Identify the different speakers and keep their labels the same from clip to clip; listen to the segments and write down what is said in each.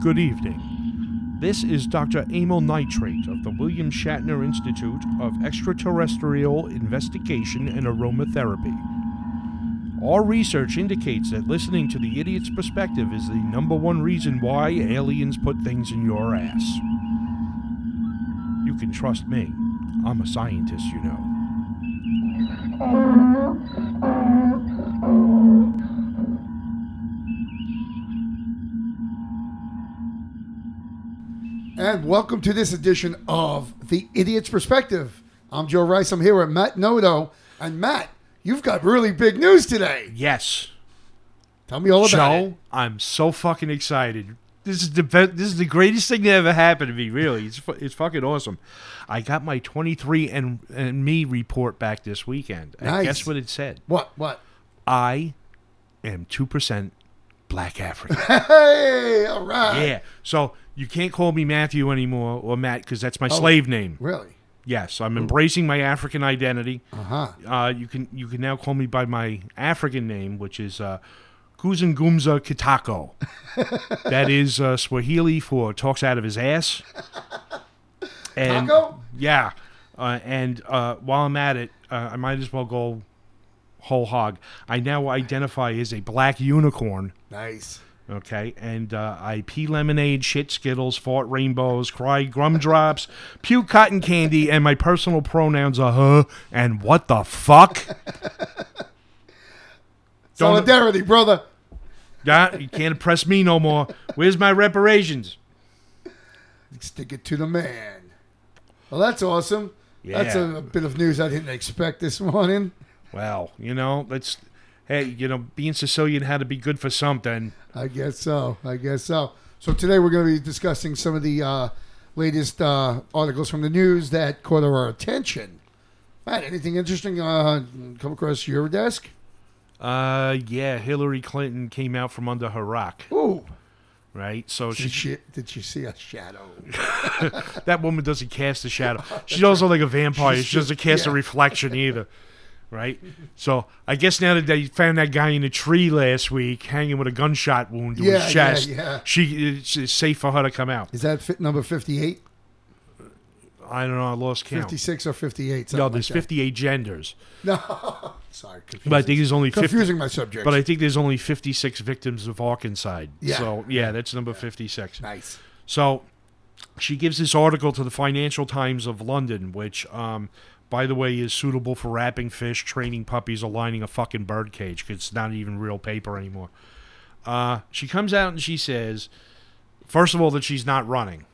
Speaker 1: Good evening. This is Dr. Emil Nitrate of the William Shatner Institute of Extraterrestrial Investigation and Aromatherapy. Our research indicates that listening to the idiot's perspective is the number one reason why aliens put things in your ass. You can trust me. I'm a scientist, you know.
Speaker 2: And welcome to this edition of The Idiot's Perspective. I'm Joe Rice. I'm here with Matt Nodo. And Matt, you've got really big news today.
Speaker 1: Yes.
Speaker 2: Tell me all about it.
Speaker 1: Joe, I'm so fucking excited. This is the be- this is the greatest thing that ever happened to me. Really, it's fu- it's fucking awesome. I got my 23 and and me report back this weekend. And
Speaker 2: Nice.
Speaker 1: guess what it said?
Speaker 2: What? What?
Speaker 1: I am two percent black African.
Speaker 2: Hey, all right.
Speaker 1: yeah. So you can't call me Matthew anymore or Matt because that's my slave name.
Speaker 2: Really?
Speaker 1: Yes, I'm embracing my African identity.
Speaker 2: Uh huh.
Speaker 1: Uh, you can you can now call me by my African name, which is uh, Kuzungumza Kitako. that is uh, Swahili for talks out of his ass. And,
Speaker 2: Taco?
Speaker 1: Yeah. Uh, and uh, while I'm at it, uh, I might as well go whole hog. I now identify as a black unicorn.
Speaker 2: Nice.
Speaker 1: Okay, and uh, I pee lemonade, shit skittles, fart rainbows, cry gumdrops, puke cotton candy, and my personal pronouns are huh and what the fuck. Don't-
Speaker 2: Solidarity, brother.
Speaker 1: Yeah, you can't oppress me no more. Where's my reparations?
Speaker 2: Stick it to the man. Well, that's awesome. That's
Speaker 1: Yeah.
Speaker 2: a, a bit of news I didn't expect this morning.
Speaker 1: Well, you know, that's hey, you know, being Sicilian had to be good for something.
Speaker 2: I guess so. I guess so. So today we're going to be discussing some of the uh, latest uh, articles from the news that caught our attention. Matt, anything interesting uh, come across your desk?
Speaker 1: Uh, yeah, Hillary Clinton came out from under her rock,
Speaker 2: Ooh,
Speaker 1: right? So
Speaker 2: did
Speaker 1: she,
Speaker 2: she, did she see a shadow?
Speaker 1: that woman doesn't cast a shadow. She's also like a vampire.
Speaker 2: She's
Speaker 1: she doesn't cast a
Speaker 2: yeah.
Speaker 1: reflection either, right? So I guess now that they found that guy in a tree last week, hanging with a gunshot wound to
Speaker 2: Yeah, yeah,
Speaker 1: his chest,
Speaker 2: yeah.
Speaker 1: she it's, it's safe for her to come out.
Speaker 2: Is that fit number 58,
Speaker 1: I don't know. I lost count.
Speaker 2: 56, or 58?
Speaker 1: no, there's 58 genders.
Speaker 2: No, sorry, confusing.
Speaker 1: But I think there's only 50.
Speaker 2: confusing my subject.
Speaker 1: But I think there's only 56 victims of Arkanside.
Speaker 2: Yeah.
Speaker 1: So yeah, that's number 56.
Speaker 2: nice.
Speaker 1: So she gives this article to the Financial Times of London, which, um, by the way, is suitable for wrapping fish, training puppies, or lining a fucking bird cage because it's not even real paper anymore. Uh, she comes out and she says, first of all, that she's not running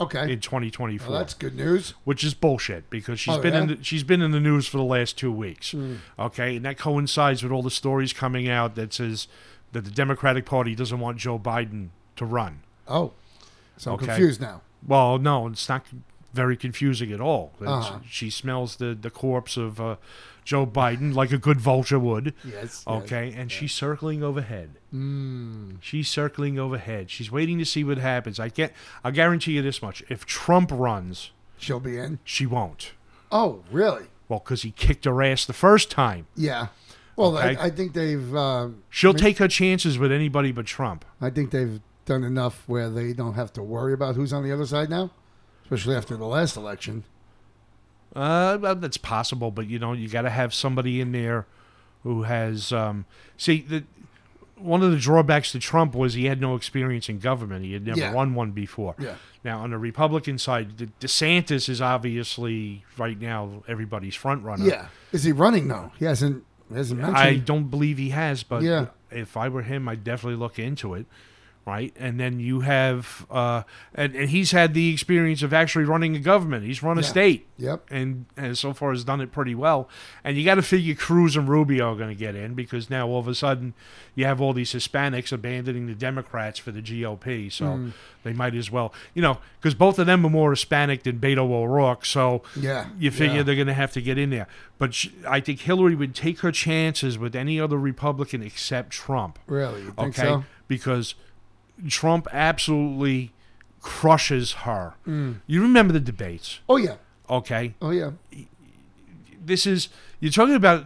Speaker 2: Okay,
Speaker 1: in 2024
Speaker 2: well, that's good news.
Speaker 1: which is bullshit because she's
Speaker 2: Oh,
Speaker 1: been in
Speaker 2: yeah?
Speaker 1: the, she's been in the news for the last two weeks. Okay, and that coincides with all the stories coming out that says that the Democratic Party doesn't want Joe Biden to run.
Speaker 2: Oh, so I'm
Speaker 1: Okay.
Speaker 2: confused now.
Speaker 1: Well, no, it's not very confusing at all. It's-
Speaker 2: Uh-huh.
Speaker 1: She smells the the corpse of uh, Joe Biden like a good vulture would.
Speaker 2: Yes. Hmm. yes.
Speaker 1: Okay, and she's circling overhead. She's circling overhead. She's waiting to see what happens. I get. I guarantee you this much: if Trump runs,
Speaker 2: She'll be in.
Speaker 1: she won't.
Speaker 2: Oh, really?
Speaker 1: Well, because he kicked her ass the first time.
Speaker 2: Yeah. Well,
Speaker 1: Okay.
Speaker 2: I, I think they've. Um,
Speaker 1: She'll take her chances with anybody but Trump.
Speaker 2: I think they've done enough where they don't have to worry about who's on the other side now, especially after the last election.
Speaker 1: Uh, well, that's possible, but you know, you got to have somebody in there who has. Um, see, the, one of the drawbacks to Trump was he had no experience in government. He had never
Speaker 2: Yeah.
Speaker 1: run one before.
Speaker 2: Yeah.
Speaker 1: Now, on the Republican side, De- DeSantis is obviously right now everybody's front runner.
Speaker 2: Yeah. Is he running though? He hasn't. He hasn't
Speaker 1: I
Speaker 2: mentioned.
Speaker 1: don't believe he has, but
Speaker 2: Yeah.
Speaker 1: if I were him, I'd definitely look into it. Right, and then you have, uh, and, and he's had the experience of actually running a government. He's run a
Speaker 2: Yeah.
Speaker 1: state,
Speaker 2: yep.
Speaker 1: and, and so far has done it pretty well. And you got to figure Cruz and Rubio are going to get in because now all of a sudden you have all these Hispanics abandoning the Democrats for the GOP. So
Speaker 2: Hmm.
Speaker 1: they might as well, you know, because both of them are more Hispanic than Beto O'Rourke. So
Speaker 2: Yeah.
Speaker 1: you figure
Speaker 2: yeah.
Speaker 1: they're going to have to get in there. But sh I think Hillary would take her chances with any other Republican except Trump.
Speaker 2: really? You think
Speaker 1: Okay,
Speaker 2: so?
Speaker 1: because Trump absolutely crushes her. You remember the debates,
Speaker 2: Mm. Oh yeah.
Speaker 1: okay?
Speaker 2: Oh yeah.
Speaker 1: This is you're talking about.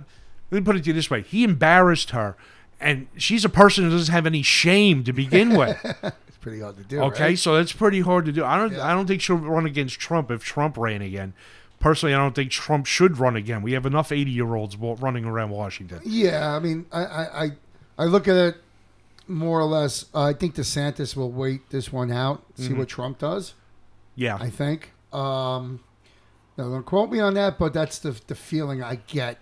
Speaker 1: Let me put it to you this way: he embarrassed her, and she's a person who doesn't have any shame to begin with.
Speaker 2: pretty hard to do.
Speaker 1: Okay,
Speaker 2: right?
Speaker 1: so that's pretty hard to do. I don't.
Speaker 2: Yeah.
Speaker 1: I don't think she'll run against Trump if Trump ran again. Personally, I don't think Trump should run again. We have enough eighty-year-olds wa- running around Washington.
Speaker 2: Yeah, I mean, I, I, I, I look at it more or less. Uh, I think DeSantis will wait this one out, see
Speaker 1: Mm-hmm.
Speaker 2: what Trump does.
Speaker 1: Yeah,
Speaker 2: I think. Um, now, don't quote me on that, but that's the the feeling I get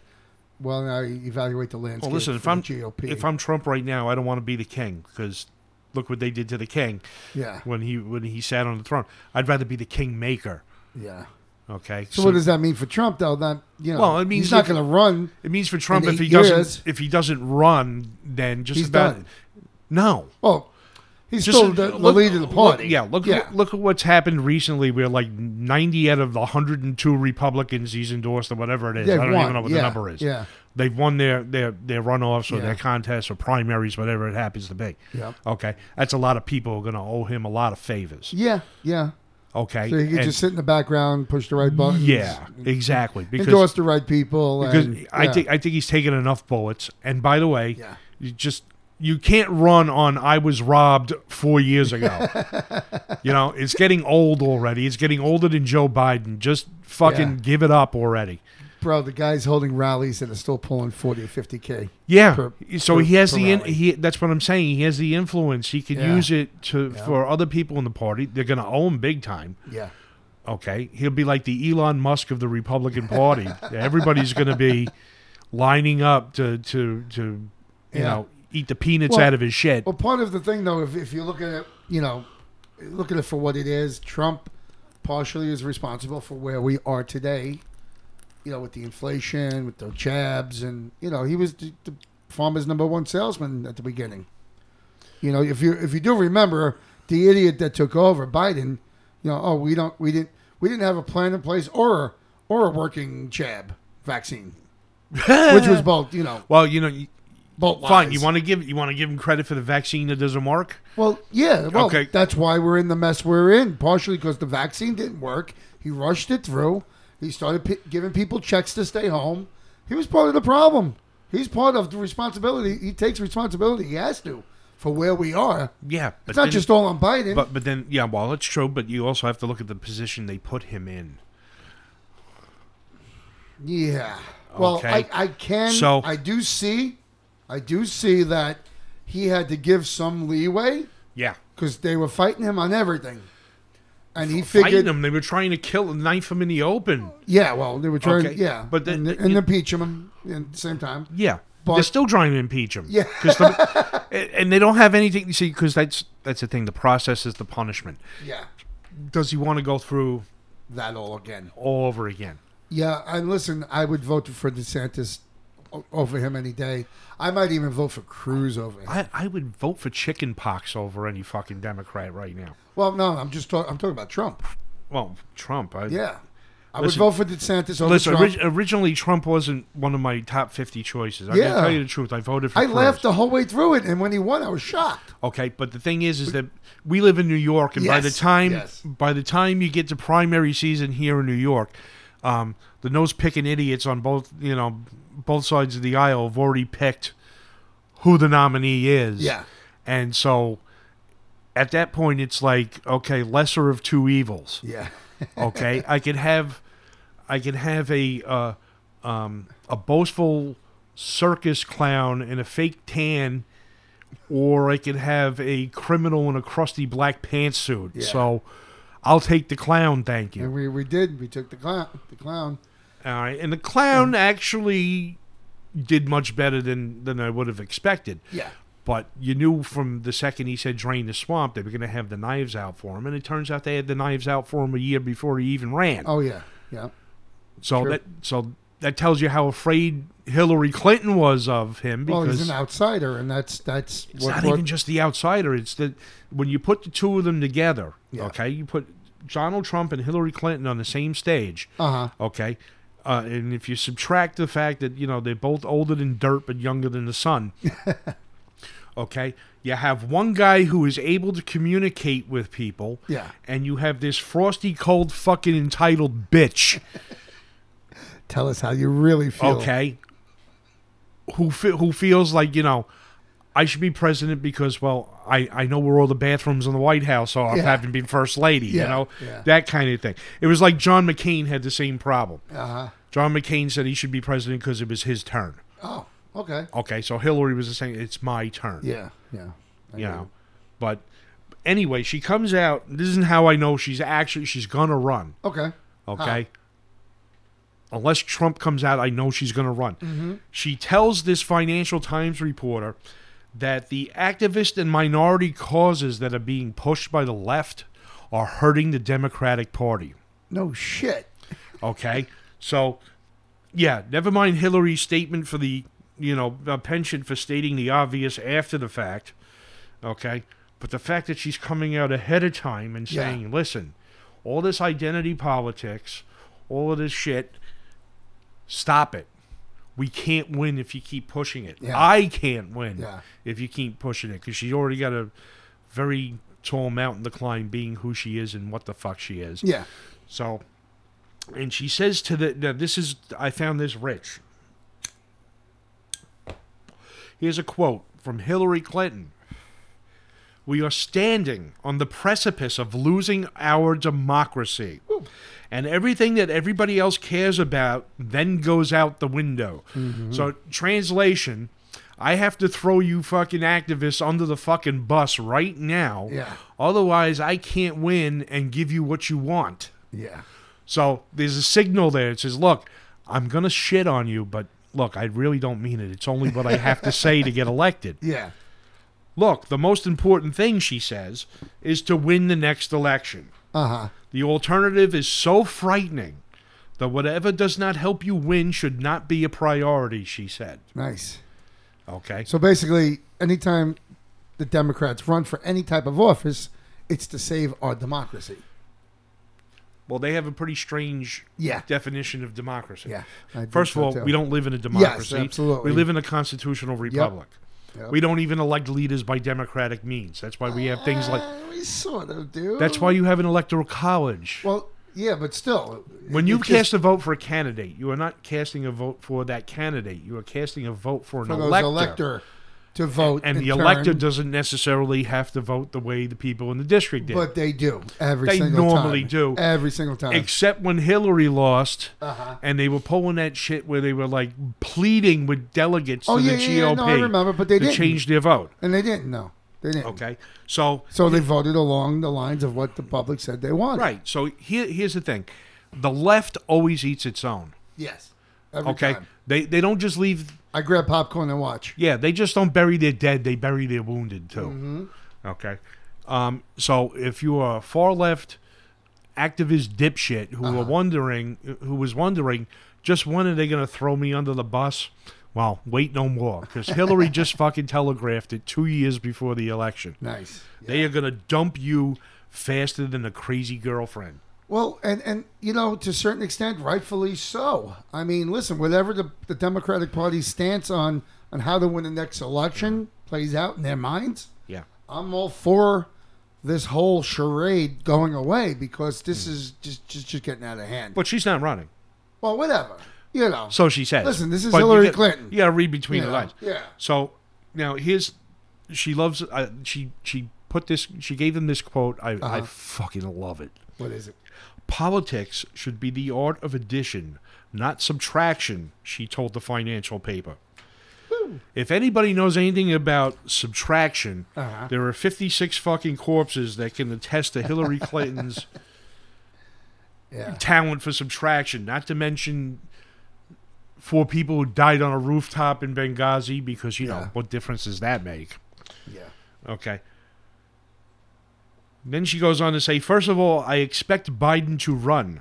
Speaker 2: when I evaluate the landscape.
Speaker 1: Well, listen,
Speaker 2: for
Speaker 1: if
Speaker 2: the
Speaker 1: I'm
Speaker 2: GOP,
Speaker 1: if I'm Trump right now, I don't want to be the king because look what they did to the king
Speaker 2: yeah,
Speaker 1: when he when he sat on the throne. I'd rather be the kingmaker.
Speaker 2: yeah.
Speaker 1: Okay,
Speaker 2: So, what does that mean for Trump, though? That you know,
Speaker 1: Well, it means
Speaker 2: he's not
Speaker 1: if-
Speaker 2: going to run.
Speaker 1: it means for Trump
Speaker 2: in
Speaker 1: if
Speaker 2: eight
Speaker 1: he doesn't
Speaker 2: years-
Speaker 1: if he doesn't run, then just
Speaker 2: He's
Speaker 1: about
Speaker 2: done.
Speaker 1: no.
Speaker 2: Well, he's
Speaker 1: Just
Speaker 2: still the, the
Speaker 1: look-
Speaker 2: lead of the
Speaker 1: look-
Speaker 2: party.
Speaker 1: yeah, look
Speaker 2: yeah.
Speaker 1: Look, at what's happened recently. Where like ninety out of the hundred and two Republicans he's endorsed or whatever it is.
Speaker 2: They've
Speaker 1: I don't
Speaker 2: won.
Speaker 1: even know what
Speaker 2: Yeah,
Speaker 1: the number is.
Speaker 2: Yeah,
Speaker 1: They've won their their their runoffs or
Speaker 2: Yeah.
Speaker 1: their contests or primaries, whatever it happens to be.
Speaker 2: yeah,
Speaker 1: Okay, that's a lot of people who are going to owe him a lot of favors.
Speaker 2: yeah, yeah.
Speaker 1: Okay,
Speaker 2: So he could
Speaker 1: And-
Speaker 2: just sit in the background, push the right buttons.
Speaker 1: yeah, exactly because,
Speaker 2: endorse the right people.
Speaker 1: because
Speaker 2: and,
Speaker 1: I
Speaker 2: yeah.
Speaker 1: think I think he's taken enough bullets. And by the way,
Speaker 2: Yeah.
Speaker 1: you just you can't run on I was robbed four years ago. you know, it's getting old already. It's getting older than Joe Biden. Just fucking
Speaker 2: Yeah.
Speaker 1: give it up already.
Speaker 2: bro, the guy's holding rallies and is still pulling forty or fifty k.
Speaker 1: Yeah.
Speaker 2: Per-
Speaker 1: so
Speaker 2: per-
Speaker 1: he has
Speaker 2: per
Speaker 1: the in,
Speaker 2: rally.
Speaker 1: he. That's what I'm saying. He has the influence. He can
Speaker 2: Yeah.
Speaker 1: use it to
Speaker 2: Yeah.
Speaker 1: for other people in the party. They're gonna owe him big time.
Speaker 2: Yeah,
Speaker 1: Okay, he'll be like the Elon Musk of the Republican Party. Everybody's gonna be lining up to to to you
Speaker 2: Yeah.
Speaker 1: know eat the peanuts
Speaker 2: Well-
Speaker 1: out of his shit.
Speaker 2: Well, part of the thing though, if, if you look at it, you know, look at it for what it is, Trump partially is responsible for where we are today. You know, with the inflation, with the jabs, and you know, he was the, the farmer's number one salesman at the beginning. You know, if you if you do remember the idiot that took over Biden, you know, oh we don't we didn't we didn't have a plan in place or or a working jab vaccine, which was both you know
Speaker 1: Well, you know, you-
Speaker 2: both
Speaker 1: fine.
Speaker 2: lies.
Speaker 1: You want to give you want to give him credit for the vaccine that doesn't work.
Speaker 2: Well, yeah. Well,
Speaker 1: Okay.
Speaker 2: that's why we're in the mess we're in, partially because the vaccine didn't work. He rushed it through. He started p- giving people checks to stay home. He was part of the problem. He's part of the responsibility. He takes responsibility. He has to for where we are.
Speaker 1: Yeah, but
Speaker 2: It's not
Speaker 1: then-
Speaker 2: just all on Biden.
Speaker 1: But but then yeah, well it's true. But you also have to look at the position they put him in.
Speaker 2: yeah. Well,
Speaker 1: Okay.
Speaker 2: I, I can.
Speaker 1: So-
Speaker 2: I do see. I do see that he had to give some leeway
Speaker 1: Yeah,
Speaker 2: because they were fighting him on everything, and he
Speaker 1: fighting
Speaker 2: figured
Speaker 1: him. They were trying to kill knife him in the open.
Speaker 2: Yeah, well, they were trying.
Speaker 1: Okay,
Speaker 2: Yeah,
Speaker 1: but the-
Speaker 2: and,
Speaker 1: the-
Speaker 2: and
Speaker 1: you-
Speaker 2: impeach him at the same time.
Speaker 1: Yeah,
Speaker 2: But-
Speaker 1: they're still trying to impeach him.
Speaker 2: Yeah.
Speaker 1: 'Cause the- and- and they don't have anything. You see, because that's that's the thing. The process is the punishment.
Speaker 2: Yeah,
Speaker 1: Does he want to go through
Speaker 2: that all again.
Speaker 1: all over again?
Speaker 2: Yeah, and listen, I would vote for DeSantis o- over him any day. I might even vote for Cruz over him.
Speaker 1: I, I would vote for chicken pox over any fucking Democrat right now.
Speaker 2: Well, no, I'm just talking. I'm talking about Trump.
Speaker 1: Well, Trump. I,
Speaker 2: Yeah, I
Speaker 1: Listen-
Speaker 2: would vote for DeSantis over
Speaker 1: Listen,
Speaker 2: Trump.
Speaker 1: orig- originally Trump wasn't one of my top 50 choices. I
Speaker 2: Yeah.
Speaker 1: gotta tell you the truth. I voted for
Speaker 2: I
Speaker 1: Cruz.
Speaker 2: laughed the whole way through it, and when he won, I was shocked.
Speaker 1: Okay, but the thing is, is that we live in New York, and by the
Speaker 2: Yes,
Speaker 1: time
Speaker 2: yes.
Speaker 1: by the time you get to primary season here in New York, um, the nose picking idiots on both you know both sides of the aisle have already picked who the nominee is.
Speaker 2: Yeah,
Speaker 1: and so at that point, it's like okay, lesser of two evils.
Speaker 2: yeah,
Speaker 1: Okay, I can have I can have a uh, um, a boastful circus clown in a fake tan, or I can have a criminal in a crusty black pantsuit.
Speaker 2: Yeah.
Speaker 1: So I'll take the clown, thank
Speaker 2: and
Speaker 1: you.
Speaker 2: we, we did. We took the clown. The clown.
Speaker 1: All right, and the clown actually did much better than than I would have expected.
Speaker 2: Yeah,
Speaker 1: But you knew from the second he said drain the swamp, they were going to have the knives out for him, and it turns out they had the knives out for him a year before he even ran.
Speaker 2: Oh yeah. Yeah.
Speaker 1: So
Speaker 2: True.
Speaker 1: that so that tells you how afraid Hillary Clinton was of him
Speaker 2: Well,
Speaker 1: because
Speaker 2: he's an outsider, and that's that's
Speaker 1: it's not even just the outsider. It's that when you put the two of them together,
Speaker 2: Yeah.
Speaker 1: okay, you put Donald Trump and Hillary Clinton on the same stage,
Speaker 2: Uh huh.
Speaker 1: okay, uh, and if you subtract the fact that you know they're both older than dirt but younger than the sun. Okay, you have one guy who is able to communicate with people,
Speaker 2: Yeah.
Speaker 1: and you have this frosty, cold, fucking entitled bitch.
Speaker 2: Tell us how you really feel.
Speaker 1: okay who fe- who feels like you know I should be president because, well, I, I know where all the bathrooms in the White House are,
Speaker 2: Yeah.
Speaker 1: having been first lady, you
Speaker 2: Yeah,
Speaker 1: know,
Speaker 2: yeah.
Speaker 1: that kind of thing. It was like John McCain had the same problem.
Speaker 2: Uh-huh.
Speaker 1: John McCain said he should be president because it was his turn.
Speaker 2: Oh, okay.
Speaker 1: Okay, so Hillary was saying it's my turn.
Speaker 2: Yeah, yeah. I
Speaker 1: you
Speaker 2: get
Speaker 1: know, but anyway, she comes out. This isn't how I know she's actually she's gonna run.
Speaker 2: it. Okay.
Speaker 1: Okay. Unless Trump comes out, I know she's going to run. She tells this Financial Times reporter that the activist and minority causes that are being pushed by the left are hurting the Democratic Party.
Speaker 2: No shit.
Speaker 1: Okay. So, yeah, never mind Hillary's statement for the, you know, uh, penchant for stating the obvious after the fact. Okay. But the fact that she's coming out ahead of time and
Speaker 2: Yeah.
Speaker 1: saying, listen, all this identity politics, all of this shit, stop it. We can't win if you keep pushing it.
Speaker 2: Yeah.
Speaker 1: I can't win
Speaker 2: Yeah.
Speaker 1: if you keep pushing it because she's already got a very tall mountain to climb being who she is and what the fuck she is.
Speaker 2: Yeah.
Speaker 1: So, and she says to the, now this is, I found this rich. Here's a quote from Hillary Clinton We are standing on the precipice of losing our democracy. And everything that everybody else cares about then goes out the window. So, translation. I have to throw you fucking activists under the fucking bus right now.
Speaker 2: Yeah.
Speaker 1: Otherwise, I can't win and give you what you want.
Speaker 2: Yeah.
Speaker 1: So there's a signal there. It says, look, I'm going to shit on you, but look, I really don't mean it. It's only what I have to say to get elected.
Speaker 2: Yeah.
Speaker 1: Look, the most important thing, she says, is to win the next election.
Speaker 2: Uh-huh.
Speaker 1: The alternative is so frightening that whatever does not help you win should not be a priority, she said.
Speaker 2: Nice.
Speaker 1: Okay.
Speaker 2: So basically, anytime the Democrats run for any type of office, it's to save our democracy.
Speaker 1: Well, they have a pretty strange
Speaker 2: Yeah.
Speaker 1: definition of democracy.
Speaker 2: Yeah. I think
Speaker 1: First of
Speaker 2: so,
Speaker 1: all,
Speaker 2: too.
Speaker 1: we don't live in a democracy.
Speaker 2: absolutely.
Speaker 1: We live in a constitutional republic.
Speaker 2: Yep.
Speaker 1: We don't even elect leaders by democratic means. That's why we have things like
Speaker 2: Uh, we sort of do.
Speaker 1: that's why you have an electoral college.
Speaker 2: Well, yeah, but still.
Speaker 1: when you
Speaker 2: it
Speaker 1: cast
Speaker 2: just-
Speaker 1: a vote for a candidate, you are not casting a vote for that candidate. You are casting a vote for an
Speaker 2: for those
Speaker 1: elector.
Speaker 2: elector to vote,
Speaker 1: And
Speaker 2: in
Speaker 1: the elector
Speaker 2: turn,
Speaker 1: doesn't necessarily have to vote the way the people in the district did.
Speaker 2: but they do every
Speaker 1: They
Speaker 2: single
Speaker 1: normally
Speaker 2: time.
Speaker 1: do.
Speaker 2: every single time.
Speaker 1: Except when Hillary lost,
Speaker 2: Uh-huh.
Speaker 1: and they were pulling that shit where they were like pleading with delegates
Speaker 2: Oh
Speaker 1: to
Speaker 2: yeah,
Speaker 1: the
Speaker 2: yeah,
Speaker 1: GOP
Speaker 2: yeah, no, I remember, but they
Speaker 1: to
Speaker 2: didn't,
Speaker 1: change their vote.
Speaker 2: and they didn't. No, they didn't.
Speaker 1: Okay, so
Speaker 2: So they voted along the lines of what the public said they wanted.
Speaker 1: right, so here, here's the thing: the left always eats its own.
Speaker 2: Yes. Every
Speaker 1: Okay,
Speaker 2: time.
Speaker 1: they they don't just leave.
Speaker 2: I grab popcorn and watch.
Speaker 1: Yeah, they just don't bury their dead; they bury their wounded too.
Speaker 2: Mm-hmm.
Speaker 1: Okay, um, so if you are a far left activist dipshit who
Speaker 2: Uh-huh.
Speaker 1: were wondering, who was wondering, just when are they going to throw me under the bus? Well, wait no more, because Hillary just fucking telegraphed it two years before the election.
Speaker 2: Nice. Yeah.
Speaker 1: They are going to dump you faster than a crazy girlfriend.
Speaker 2: Well, and and you know, to a certain extent, rightfully so. I mean, listen, whatever the, the Democratic Party's stance on on how to win the next election plays out in their minds,
Speaker 1: Yeah.
Speaker 2: I'm all for this whole charade going away because this is just just just getting out of hand.
Speaker 1: But she's not running.
Speaker 2: well, whatever. You know.
Speaker 1: So she says.
Speaker 2: Listen, this is
Speaker 1: But you
Speaker 2: Hillary
Speaker 1: get-
Speaker 2: Clinton.
Speaker 1: You got to read between
Speaker 2: Yeah,
Speaker 1: the lines.
Speaker 2: yeah.
Speaker 1: So now here's she loves. Uh, she she put this. She gave him this quote. I I
Speaker 2: Uh-huh.
Speaker 1: fucking love it.
Speaker 2: what is it?
Speaker 1: Politics should be the art of addition, not subtraction. She told the financial paper. If anybody knows anything about subtraction,
Speaker 2: Uh-huh.
Speaker 1: there are 56 fucking corpses that can attest to Hillary Clinton's
Speaker 2: Yeah.
Speaker 1: talent for subtraction, not to mention four people who died on a rooftop in Benghazi because, you
Speaker 2: Yeah.
Speaker 1: know, what difference does that make?
Speaker 2: Yeah.
Speaker 1: Okay. Then she goes on to say, first of all, I expect Biden to run.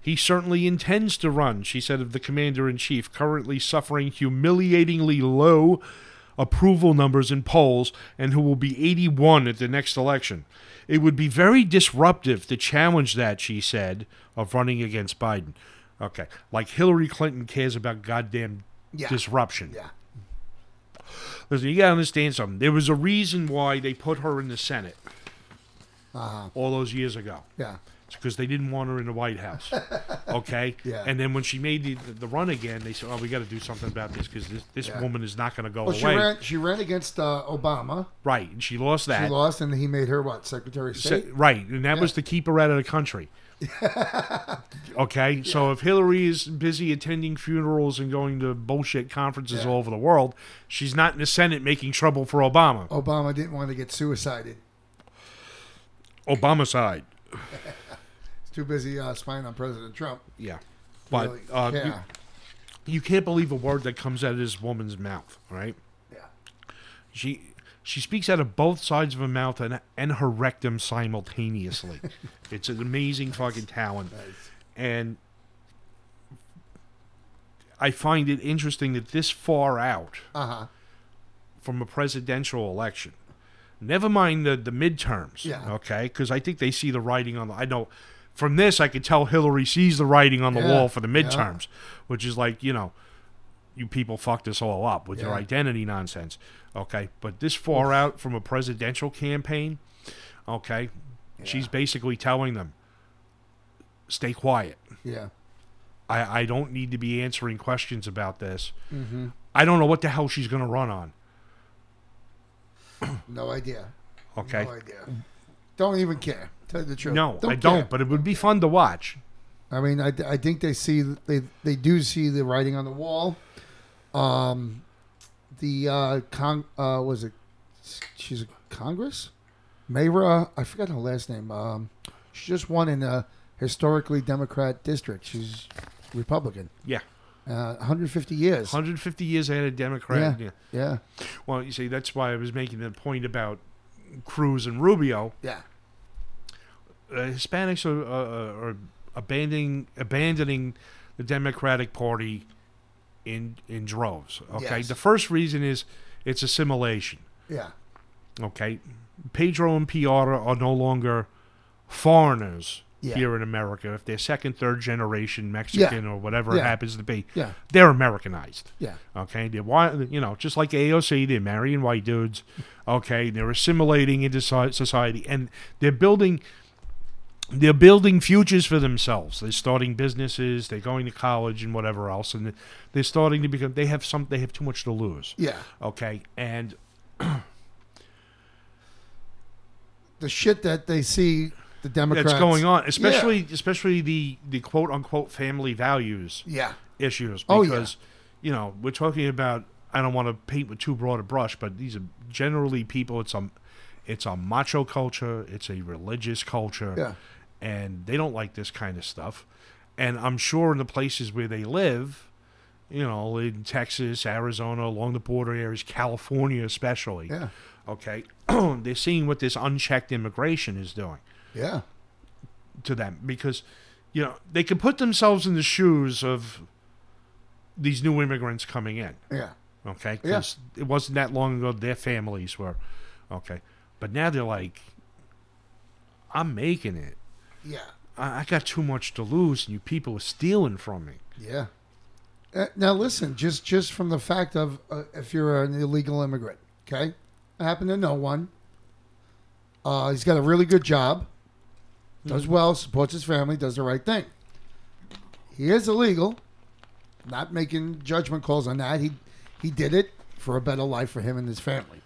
Speaker 1: He certainly intends to run, she said of the commander in chief, currently suffering humiliatingly low approval numbers in polls and who will be 81 at the next election. It would be very disruptive to challenge that, she said, of running against Biden. Okay. Like Hillary Clinton cares about goddamn
Speaker 2: Yeah.
Speaker 1: disruption.
Speaker 2: Yeah.
Speaker 1: Listen, you gotta understand something. There was a reason why they put her in the Senate
Speaker 2: Uh-huh.
Speaker 1: all those years ago.
Speaker 2: Yeah.
Speaker 1: because they didn't want her in the White House. Okay.
Speaker 2: Yeah.
Speaker 1: And then when she made the, the run again, they said, "Oh, we got to do something about this because this, this
Speaker 2: Yeah.
Speaker 1: woman is not going to go
Speaker 2: Well,
Speaker 1: away."
Speaker 2: she ran. She ran against uh, Obama.
Speaker 1: Right, and she lost that.
Speaker 2: She lost, and he made her what Secretary of
Speaker 1: Se-
Speaker 2: State.
Speaker 1: right, and that was to keep her out of the country. okay, so if Hillary is busy attending funerals and going to bullshit conferences
Speaker 2: Yeah.
Speaker 1: all over the world, she's not in the Senate making trouble for Obama.
Speaker 2: Obama didn't want to get suicided. Oh.
Speaker 1: Obama side.
Speaker 2: He's too busy uh, spying on President Trump.
Speaker 1: Yeah. But
Speaker 2: Really,
Speaker 1: uh, you-
Speaker 2: yeah,
Speaker 1: you, can't believe a word that comes out of this woman's mouth, all right?
Speaker 2: yeah.
Speaker 1: She she speaks out of both sides of her mouth and, and her rectum simultaneously. it's an amazing fucking talent. and I find it interesting that this far out
Speaker 2: Uh huh.
Speaker 1: from a presidential election, never mind the the midterms,
Speaker 2: Yeah.
Speaker 1: okay, because I think they see the writing on the. I know from this I could tell Hillary sees the writing on the
Speaker 2: Yeah,
Speaker 1: wall for the
Speaker 2: yeah.
Speaker 1: midterms, which is like you know, you people fucked us all up with your
Speaker 2: Yeah.
Speaker 1: identity nonsense, okay. But this far out from a presidential campaign, okay, she's basically telling them, stay quiet.
Speaker 2: Yeah.
Speaker 1: I, I don't need to be answering questions about this.
Speaker 2: Mm-hmm.
Speaker 1: I don't know what the hell she's going to run on.
Speaker 2: No idea.
Speaker 1: Okay.
Speaker 2: No idea. Don't even care. Tell you the truth.
Speaker 1: No, I
Speaker 2: care.
Speaker 1: don't, but it would be fun to watch.
Speaker 2: I mean, I, I think they see they they do see the writing on the wall. Um, the uh, con uh, was it? She's a Congress, Mayra. I forgot her last name. Um, she just won in a historically Democrat district. She's Republican.
Speaker 1: Yeah.
Speaker 2: Uh, 150 years.
Speaker 1: 150 years ahead of Democrat. Yeah.
Speaker 2: Yeah.
Speaker 1: Well, you see, that's why I was making the point about Cruz and Rubio.
Speaker 2: Yeah.
Speaker 1: Uh, Hispanics are, uh, are abandoning abandoning the Democratic Party in in droves. Okay.
Speaker 2: Yes.
Speaker 1: The first reason is it's assimilation.
Speaker 2: Yeah.
Speaker 1: Okay. Pedro and Piara are no longer foreigners
Speaker 2: Yeah.
Speaker 1: here in America. If they're second, third generation Mexican or whatever it
Speaker 2: Yeah.
Speaker 1: happens to be,
Speaker 2: Yeah.
Speaker 1: they're Americanized.
Speaker 2: Yeah.
Speaker 1: Okay. They're white, you know, just like AOC, they're marrying white dudes. Okay. They're assimilating into so- society and they're building. They're building futures for themselves. They're starting businesses. They're going to college and whatever else, and they're starting to become. They have some. They have too much to lose.
Speaker 2: Yeah.
Speaker 1: Okay, and
Speaker 2: The shit that they see the Democrats
Speaker 1: that's going on, especially especially the the quote unquote family values
Speaker 2: Yeah.
Speaker 1: issues.
Speaker 2: Oh, yeah.
Speaker 1: Because you know we're talking about. I don't want to paint with too broad a brush, but these are generally people. It's a it's a macho culture. It's a religious culture,
Speaker 2: Yeah.
Speaker 1: and they don't like this kind of stuff. And I'm sure in the places where they live, you know, in Texas, Arizona, along the border areas, California especially.
Speaker 2: Yeah.
Speaker 1: Okay, they're seeing what this unchecked immigration is doing
Speaker 2: Yeah.
Speaker 1: to them because you know they can put themselves in the shoes of these new immigrants coming in
Speaker 2: Yeah.
Speaker 1: okay because it wasn't that long ago their families were okay but now they're like i'm making it
Speaker 2: Yeah.
Speaker 1: i, I got too much to lose and you people are stealing from me
Speaker 2: Yeah. Uh, now listen, just just from the fact of uh, if you're an illegal immigrant, okay, I happen to know one. Uh, he's got a really good job, does well, supports his family, does the right thing. He is illegal. Not making judgment calls on that. He he did it for a better life for him and his family,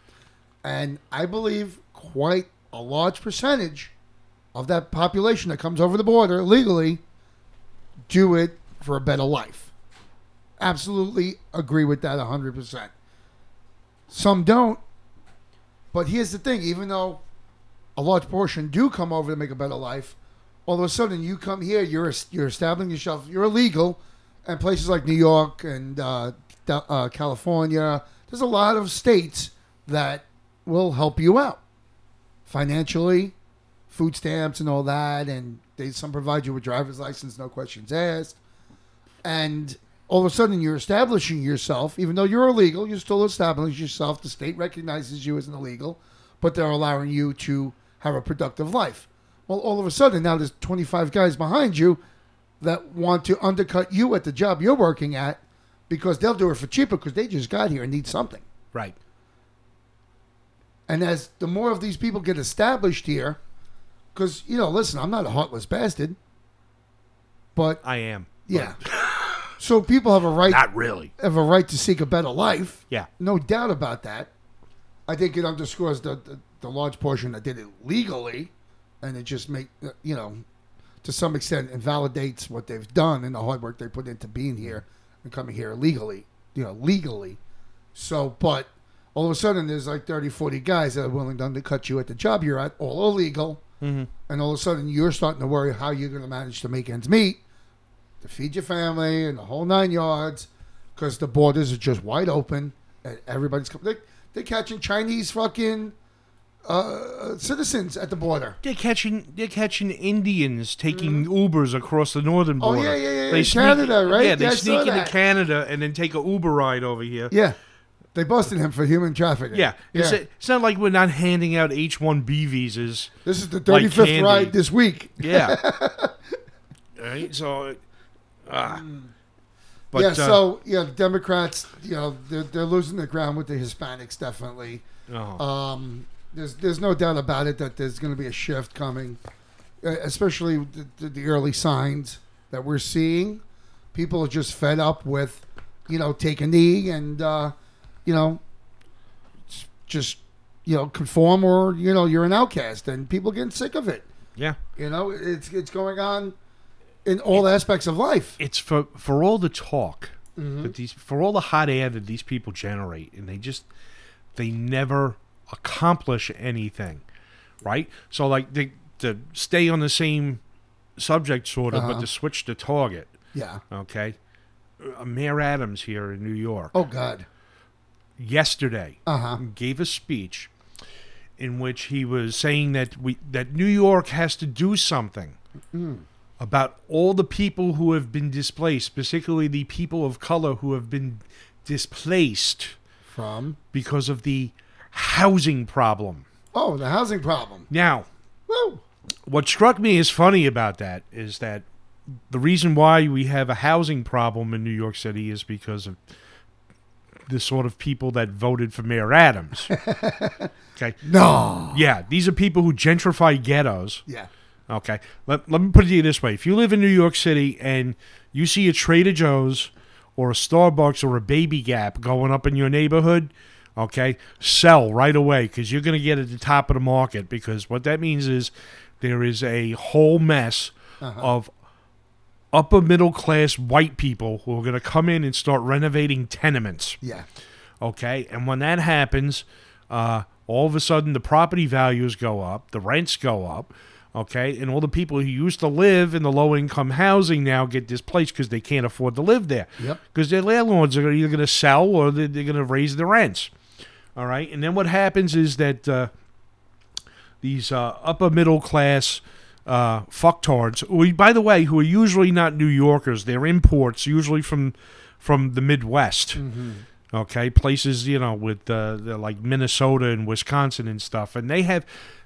Speaker 2: and I believe quite a large percentage of that population that comes over the border legally do it for a better life. Absolutely agree with that 100%. Some don't. But here's the thing even though a large portion do come over to make a better life, all of a sudden you come here, you're, you're establishing yourself, you're illegal, and places like New York and uh, Da- uh, California, there's a lot of states that will help you out financially, food stamps and all that, and they some provide you with driver's license, no questions asked. And all of a sudden, you're establishing yourself, even though you're illegal, you're still establishing yourself. The state recognizes you as an illegal, but they're allowing you to have a productive life. Well, all of a sudden, now there's 25 guys behind you that want to undercut you at the job you're working at because they'll do it for cheaper because they just got here and need something.
Speaker 1: right
Speaker 2: And as the more of these people get established here, Because, you know, listen, I'm not a heartless bastard. But,
Speaker 1: I am.
Speaker 2: yeah. so people have a right
Speaker 1: Not really.
Speaker 2: have a right to seek a better life.
Speaker 1: Yeah.
Speaker 2: No doubt about that. I think it underscores the, the, the large portion that did it legally, and it just make uh, you know, to some extent, invalidates what they've done and the hard work they put into being here and coming here illegally. You know, legally. So, but all of a sudden, there's like 30, 40 guys that are willing to undercut you at the job you're at, all illegal. And all of a sudden, you're starting to worry how you're going to manage to make ends meet, to feed your family, and the whole nine yards, because the borders are just wide open and everybody's coming. They, they're catching Chinese fucking uh, citizens at the border.
Speaker 1: They're catching they're catching Indians taking Ubers across the northern
Speaker 2: Mm-hmm. Oh,
Speaker 1: border.
Speaker 2: yeah, yeah, yeah,
Speaker 1: They
Speaker 2: yeah.
Speaker 1: sneak-
Speaker 2: Canada, right?
Speaker 1: Yeah, they
Speaker 2: Yeah, I saw
Speaker 1: sneak into
Speaker 2: that.
Speaker 1: Canada and then take a Uber ride over here.
Speaker 2: Yeah. They busted him for human trafficking.
Speaker 1: Yeah, it's,
Speaker 2: yeah.
Speaker 1: it's not like we're not handing out H one B visas.
Speaker 2: this is the
Speaker 1: like
Speaker 2: 35th
Speaker 1: candy.
Speaker 2: ride this week.
Speaker 1: Yeah, right. So, uh, ah. but
Speaker 2: Mm. yeah,
Speaker 1: uh,
Speaker 2: so yeah, Democrats, you know, they're, they're losing the ground with the Hispanics, definitely.
Speaker 1: oh.
Speaker 2: Um, there's there's no doubt about it that there's going to be a shift coming, uh, especially the, the, the early signs that we're seeing. People are just fed up with, you know, take a knee and, uh, you know, s- just you know conform or you know you're an outcast, and people getting sick of it.
Speaker 1: yeah,
Speaker 2: You know, it's it's going on in all aspects of life.
Speaker 1: it's for for all the talk
Speaker 2: Mm-hmm.
Speaker 1: that these for all the hot air that these people generate and they just they never accomplish anything right so like they to stay on the same subject sort of but
Speaker 2: Uh-huh.
Speaker 1: to switch the target
Speaker 2: Yeah.
Speaker 1: okay uh, mayor adams here in new york
Speaker 2: Oh God.
Speaker 1: yesterday
Speaker 2: Uh huh.
Speaker 1: gave a speech in which he was saying that we that New York has to do something about all the people who have been displaced, particularly the people of color who have been displaced
Speaker 2: From
Speaker 1: because of the housing problem.
Speaker 2: oh the housing problem.
Speaker 1: Now,
Speaker 2: Woo.
Speaker 1: what struck me as funny about that is that the reason why we have a housing problem in New York City is because of the sort of people that voted for Mayor Adams. okay.
Speaker 2: No.
Speaker 1: Yeah, these are people who gentrify ghettos.
Speaker 2: Yeah.
Speaker 1: Okay. Let, let me put it to you this way. If you live in New York City and you see a Trader Joe's or a Starbucks or a Baby Gap going up in your neighborhood, okay, sell right away because you're going to get at the top of the market because what that means is there is a whole mess of upper middle class white people who are going to come in and start renovating tenements
Speaker 2: Yeah.
Speaker 1: okay and when that happens uh, all of a sudden the property values go up the rents go up okay and all the people who used to live in the low income housing now get displaced because they can't afford to live there
Speaker 2: Yep.
Speaker 1: because their landlords are either going to sell or they're, they're going to raise the rents all right and then what happens is that uh, these uh, upper middle class uh, fucktards, who, by the way, who are usually not New Yorkers. They're imports, usually from from the Midwest.
Speaker 2: Mm-hmm.
Speaker 1: Okay, places you know with uh, the- like Minnesota and Wisconsin and stuff, and they have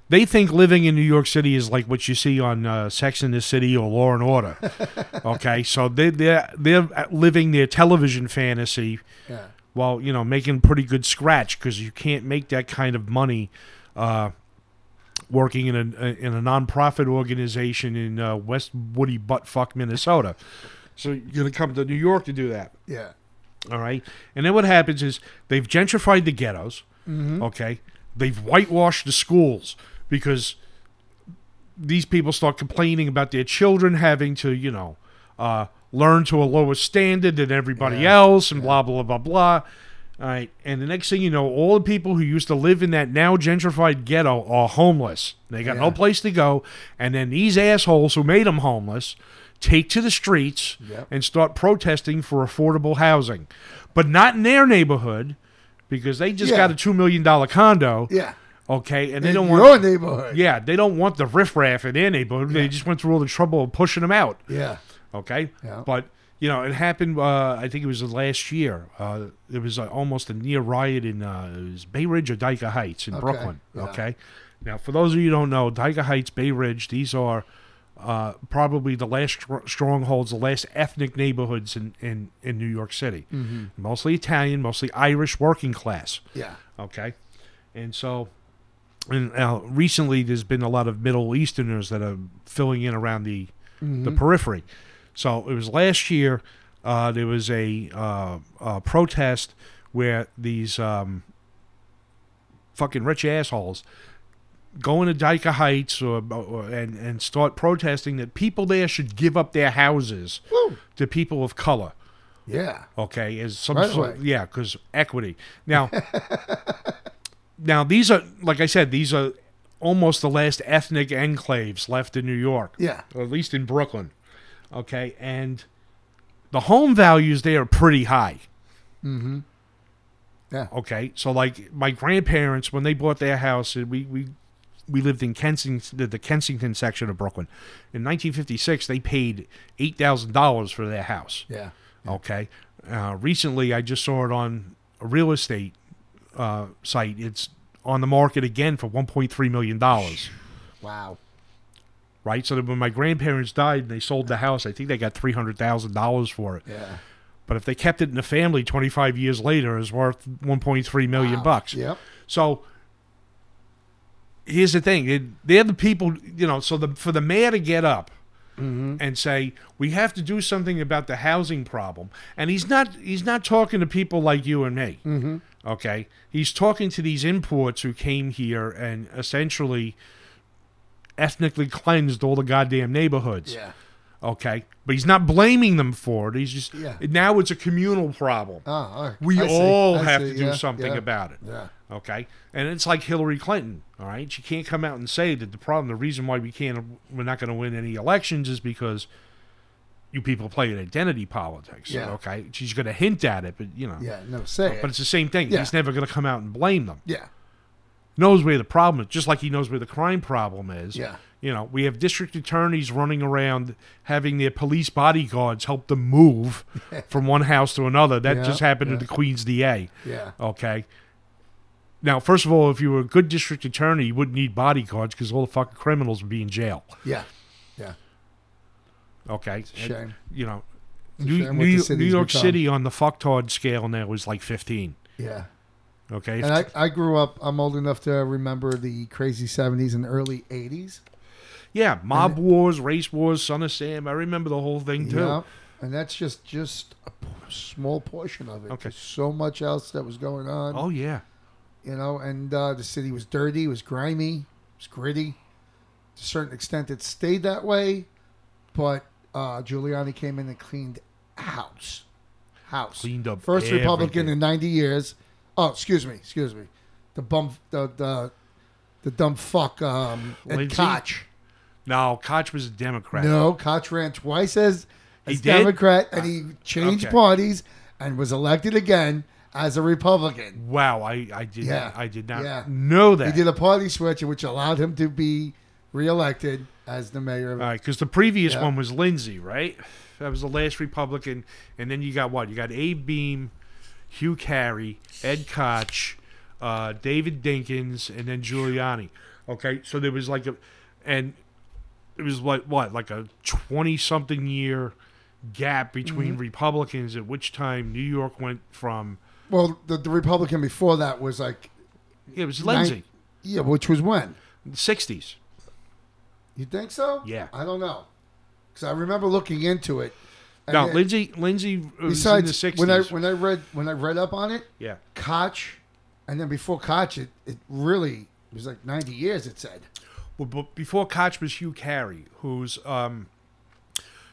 Speaker 1: they think living in New York City is like what you see on uh, Sex in the City or Law and Order. okay, so they they're they're living their television fantasy
Speaker 2: Yeah.
Speaker 1: while you know making pretty good scratch because you can't make that kind of money uh, working in a in a nonprofit organization in uh, West Woody Buttfuck, Minnesota. So you're gonna come to New York to do that,
Speaker 2: Yeah.
Speaker 1: all right? And then what happens is they've gentrified the ghettos,
Speaker 2: Mm-hmm.
Speaker 1: okay? They've whitewashed the schools because these people start complaining about their children having to, you know, uh, learn to a lower standard than everybody
Speaker 2: Yeah.
Speaker 1: else and blah, blah, blah, blah. All right. And the next thing you know, all the people who used to live in that now gentrified ghetto are homeless. They got no
Speaker 2: Yeah.
Speaker 1: place to go. And then these assholes who made them homeless take to the streets
Speaker 2: Yep.
Speaker 1: and start protesting for affordable housing, but not in their neighborhood because they just
Speaker 2: Yeah.
Speaker 1: got a $2 million condo.
Speaker 2: Yeah.
Speaker 1: Okay. And they
Speaker 2: in
Speaker 1: don't
Speaker 2: your
Speaker 1: want.
Speaker 2: neighborhood.
Speaker 1: Yeah, they don't want the riffraff in their neighborhood. They just went through all the trouble of pushing them out.
Speaker 2: Yeah.
Speaker 1: Okay,
Speaker 2: Yeah.
Speaker 1: but you know it happened. Uh, I think it was the last year. Uh, there was uh, almost a near riot in uh, it was Bay Ridge or Dyker Heights in
Speaker 2: Okay,
Speaker 1: Brooklyn.
Speaker 2: yeah.
Speaker 1: Okay, now for those of you who don't know, Dyker Heights, Bay Ridge, these are uh, probably the last str- strongholds, the last ethnic neighborhoods in in, in New York City.
Speaker 2: Mm-hmm.
Speaker 1: Mostly Italian, mostly Irish, working class.
Speaker 2: Yeah.
Speaker 1: Okay. And so and now recently there's been a lot of Middle Easterners that are filling in around the the periphery. So it was last year. Uh, there was a, uh, a protest where these um, fucking rich assholes go into Dyker Heights or, or and and start protesting that people there should give up their houses
Speaker 2: Woo.
Speaker 1: to people of color.
Speaker 2: Yeah.
Speaker 1: Okay, is some
Speaker 2: Right
Speaker 1: sort,
Speaker 2: away.
Speaker 1: yeah, because equity. Now, now these are like I said, these are almost the last ethnic enclaves left in New York,
Speaker 2: Yeah.
Speaker 1: or at least in Brooklyn. Okay, and the home values there are pretty high.
Speaker 2: Yeah.
Speaker 1: Okay, so like my grandparents when they bought their house, and we we we lived in Kensington, the, the Kensington section of Brooklyn. In 1956, they paid eight thousand dollars for their house.
Speaker 2: Yeah.
Speaker 1: Okay. Uh, recently, I just saw it on a real estate uh, site. It's on the market again for 1.3 million dollars.
Speaker 2: Wow.
Speaker 1: Right. So that when my grandparents died and they sold the house, I think they got 300 thousand dollars for it.
Speaker 2: Yeah.
Speaker 1: But if they kept it in the family 25 years later, it's worth 1.3 million
Speaker 2: Wow.
Speaker 1: bucks.
Speaker 2: Yep.
Speaker 1: So here's the thing: They- they're the people, you know. So the for the mayor to get up
Speaker 2: Mm-hmm.
Speaker 1: and say we have to do something about the housing problem, and he's not he's not talking to people like you and me.
Speaker 2: Mm-hmm.
Speaker 1: Okay, he's talking to these imports who came here and essentially ethnically cleansed all the goddamn neighborhoods.
Speaker 2: Yeah.
Speaker 1: Okay, but he's not blaming them for it. He's just
Speaker 2: Yeah.
Speaker 1: now it's a communal problem.
Speaker 2: Oh, all right.
Speaker 1: we
Speaker 2: I see.
Speaker 1: all
Speaker 2: I
Speaker 1: have
Speaker 2: see.
Speaker 1: to do
Speaker 2: Yeah.
Speaker 1: something
Speaker 2: Yeah.
Speaker 1: about it.
Speaker 2: Yeah.
Speaker 1: Okay, and it's like Hillary Clinton. All right, she can't come out and say that the problem, the reason why we can't, we're not going to win any elections, is because you people play at identity politics.
Speaker 2: Yeah.
Speaker 1: Okay, she's going to hint at it, but you know,
Speaker 2: Yeah. No, say
Speaker 1: but
Speaker 2: it.
Speaker 1: it's the same thing.
Speaker 2: Yeah.
Speaker 1: He's never going to come out and blame them.
Speaker 2: Yeah.
Speaker 1: Knows where the problem is, just like he knows where the crime problem is.
Speaker 2: Yeah.
Speaker 1: You know, we have district attorneys running around having their police bodyguards help them move from one house to another. That
Speaker 2: Yeah,
Speaker 1: just happened
Speaker 2: yeah.
Speaker 1: to the Queens DA.
Speaker 2: Yeah.
Speaker 1: Okay. Now, first of all, if you were a good district attorney, you wouldn't need bodyguards because all the fucking criminals would be in jail.
Speaker 2: Yeah. Yeah.
Speaker 1: Okay.
Speaker 2: a shame.
Speaker 1: And, you know,
Speaker 2: a
Speaker 1: New,
Speaker 2: shame what
Speaker 1: New,
Speaker 2: the city's
Speaker 1: New York
Speaker 2: become.
Speaker 1: City on the fucktard scale now was like 15.
Speaker 2: Yeah.
Speaker 1: Okay.
Speaker 2: And I, I grew up, I'm old enough to remember the crazy 70s and early 80s.
Speaker 1: yeah. Mob wars, race wars, Son of Sam. I remember the whole thing too.
Speaker 2: Yeah. And that's just just a p- small portion of it.
Speaker 1: Okay.
Speaker 2: There's so much else that was going on.
Speaker 1: Oh, yeah.
Speaker 2: You know, and uh, the city was dirty, was grimy, it was gritty. To a certain extent, it stayed that way, but uh, Giuliani came in and cleaned house. House.
Speaker 1: Cleaned up
Speaker 2: First Republican
Speaker 1: everything.
Speaker 2: in 90 years. Oh, excuse me. Excuse me. The bum, the, the, the dumb fuck, um, Ed
Speaker 1: Lindsey?
Speaker 2: Koch.
Speaker 1: No, Koch was a Democrat.
Speaker 2: No, Koch ran twice as,
Speaker 1: He
Speaker 2: as
Speaker 1: did? Uh,
Speaker 2: Democrat, and he changed
Speaker 1: okay.
Speaker 2: parties and was elected again as a Republican.
Speaker 1: Wow. I, I, did,
Speaker 2: Yeah.
Speaker 1: I did not
Speaker 2: Yeah.
Speaker 1: know that.
Speaker 2: He did a party switch, which allowed him to be reelected as the mayor of.
Speaker 1: All right, because the previous
Speaker 2: Yeah.
Speaker 1: one was Lindsay, right? That was the last Republican, and then you got what? You got Abe Beam, Hugh Carey, Ed Koch, uh, David Dinkins, and then Giuliani. Okay, so there was like a, and it was like what, like a twenty-something year gap between
Speaker 2: Mm-hmm.
Speaker 1: Republicans, at which time New York went from
Speaker 2: well, the, the Republican before that was like,
Speaker 1: it was Lindsay,
Speaker 2: yeah, which was when?
Speaker 1: sixties.
Speaker 2: You think so?
Speaker 1: Yeah.
Speaker 2: I don't know, because I remember looking into it. and
Speaker 1: No,
Speaker 2: it-
Speaker 1: Lindsay, Lindsay was in the
Speaker 2: Besides,
Speaker 1: sixties.
Speaker 2: when I when I read when I read up on it,
Speaker 1: yeah,
Speaker 2: Koch, and then before Koch, it, it really it was like ninety years. It said.
Speaker 1: Well, but before Koch was Hugh Carey, whose um,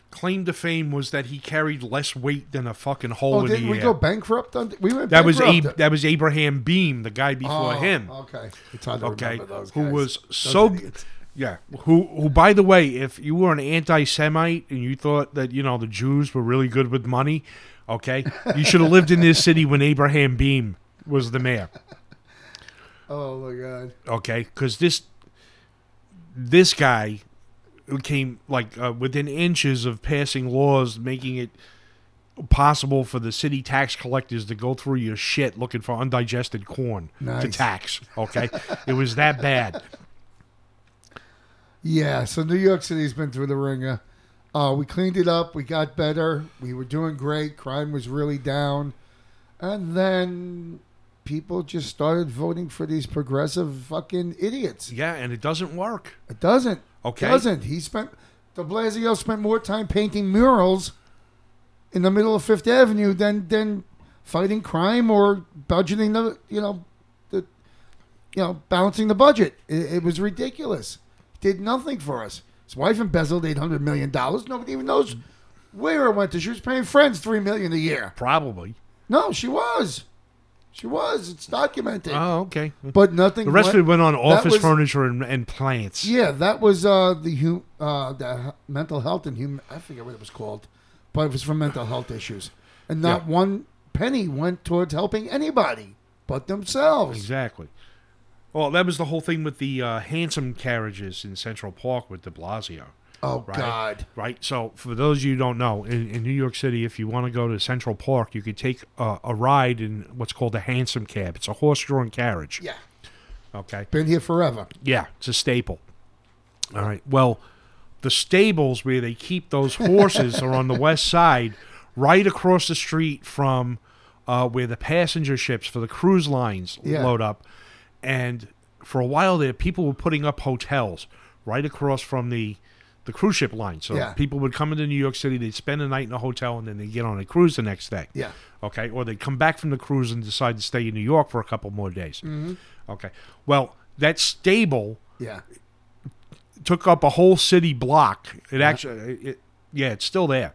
Speaker 1: claim to fame was that he carried less weight than a fucking hole
Speaker 2: Oh,
Speaker 1: in
Speaker 2: did
Speaker 1: the
Speaker 2: we
Speaker 1: air.
Speaker 2: go bankrupt? On, we went
Speaker 1: that was
Speaker 2: bankrupt.
Speaker 1: Ab- that was Abraham Beam, the guy before
Speaker 2: Oh,
Speaker 1: him.
Speaker 2: Okay, it's hard to
Speaker 1: Okay,
Speaker 2: remember those
Speaker 1: who
Speaker 2: guys.
Speaker 1: was
Speaker 2: Those
Speaker 1: so
Speaker 2: idiots.
Speaker 1: yeah. Who who by the way, if you were an anti-Semite and you thought that you know the Jews were really good with money, okay, you should have lived in this city when Abraham Beam was the mayor.
Speaker 2: Oh my god!
Speaker 1: okay because this this guy who came like uh, within inches of passing laws making it possible for the city tax collectors to go through your shit looking for undigested corn to
Speaker 2: Nice.
Speaker 1: tax okay it was that bad
Speaker 2: Yeah, so New York City's been through the ringer. Uh, we cleaned it up. We got better. We were doing great. Crime was really down, and then people just started voting for these progressive fucking idiots.
Speaker 1: Yeah, and it doesn't work.
Speaker 2: It doesn't.
Speaker 1: Okay.
Speaker 2: Doesn't. He spent De Blasio spent more time painting murals in the middle of Fifth Avenue than than fighting crime or budgeting the you know the you know balancing the budget. It, it was ridiculous. Did nothing for us. His wife embezzled eight hundred million dollars. Nobody even knows where it went to. She was paying friends three million a year.
Speaker 1: Probably.
Speaker 2: No, she was. She was. It's documented.
Speaker 1: Oh, okay.
Speaker 2: but nothing.
Speaker 1: The rest
Speaker 2: went-
Speaker 1: of it went on office
Speaker 2: was-
Speaker 1: furniture and, and plants.
Speaker 2: Yeah, that was uh, the hu- uh, the h- mental health and human. I forget what it was called, but it was for mental health issues, and not
Speaker 1: Yeah.
Speaker 2: one penny went towards helping anybody but themselves.
Speaker 1: Exactly. Well, that was the whole thing with the uh, handsome carriages in Central Park with De Blasio.
Speaker 2: Oh
Speaker 1: Right.
Speaker 2: God!
Speaker 1: Right. So, for those of you who don't know, in, in New York City, if you want to go to Central Park, you could take a, a ride in what's called a hansom cab. It's a horse-drawn carriage.
Speaker 2: Yeah,
Speaker 1: Okay.
Speaker 2: been here forever.
Speaker 1: Yeah, it's a staple. All right. Well, the stables where they keep those horses are on the west side, right across the street from uh, where the passenger ships for the cruise lines
Speaker 2: Yeah.
Speaker 1: load up. And for a while there, people were putting up hotels right across from the the cruise ship line. So
Speaker 2: Yeah.
Speaker 1: people would come into New York City, they'd spend a night in a hotel, and then they'd get on a cruise the next day.
Speaker 2: Yeah,
Speaker 1: Okay, or they come back from the cruise and decide to stay in New York for a couple more days. Okay, well, that stable
Speaker 2: yeah.
Speaker 1: took up a whole city block. It actually, it, yeah, it's still there.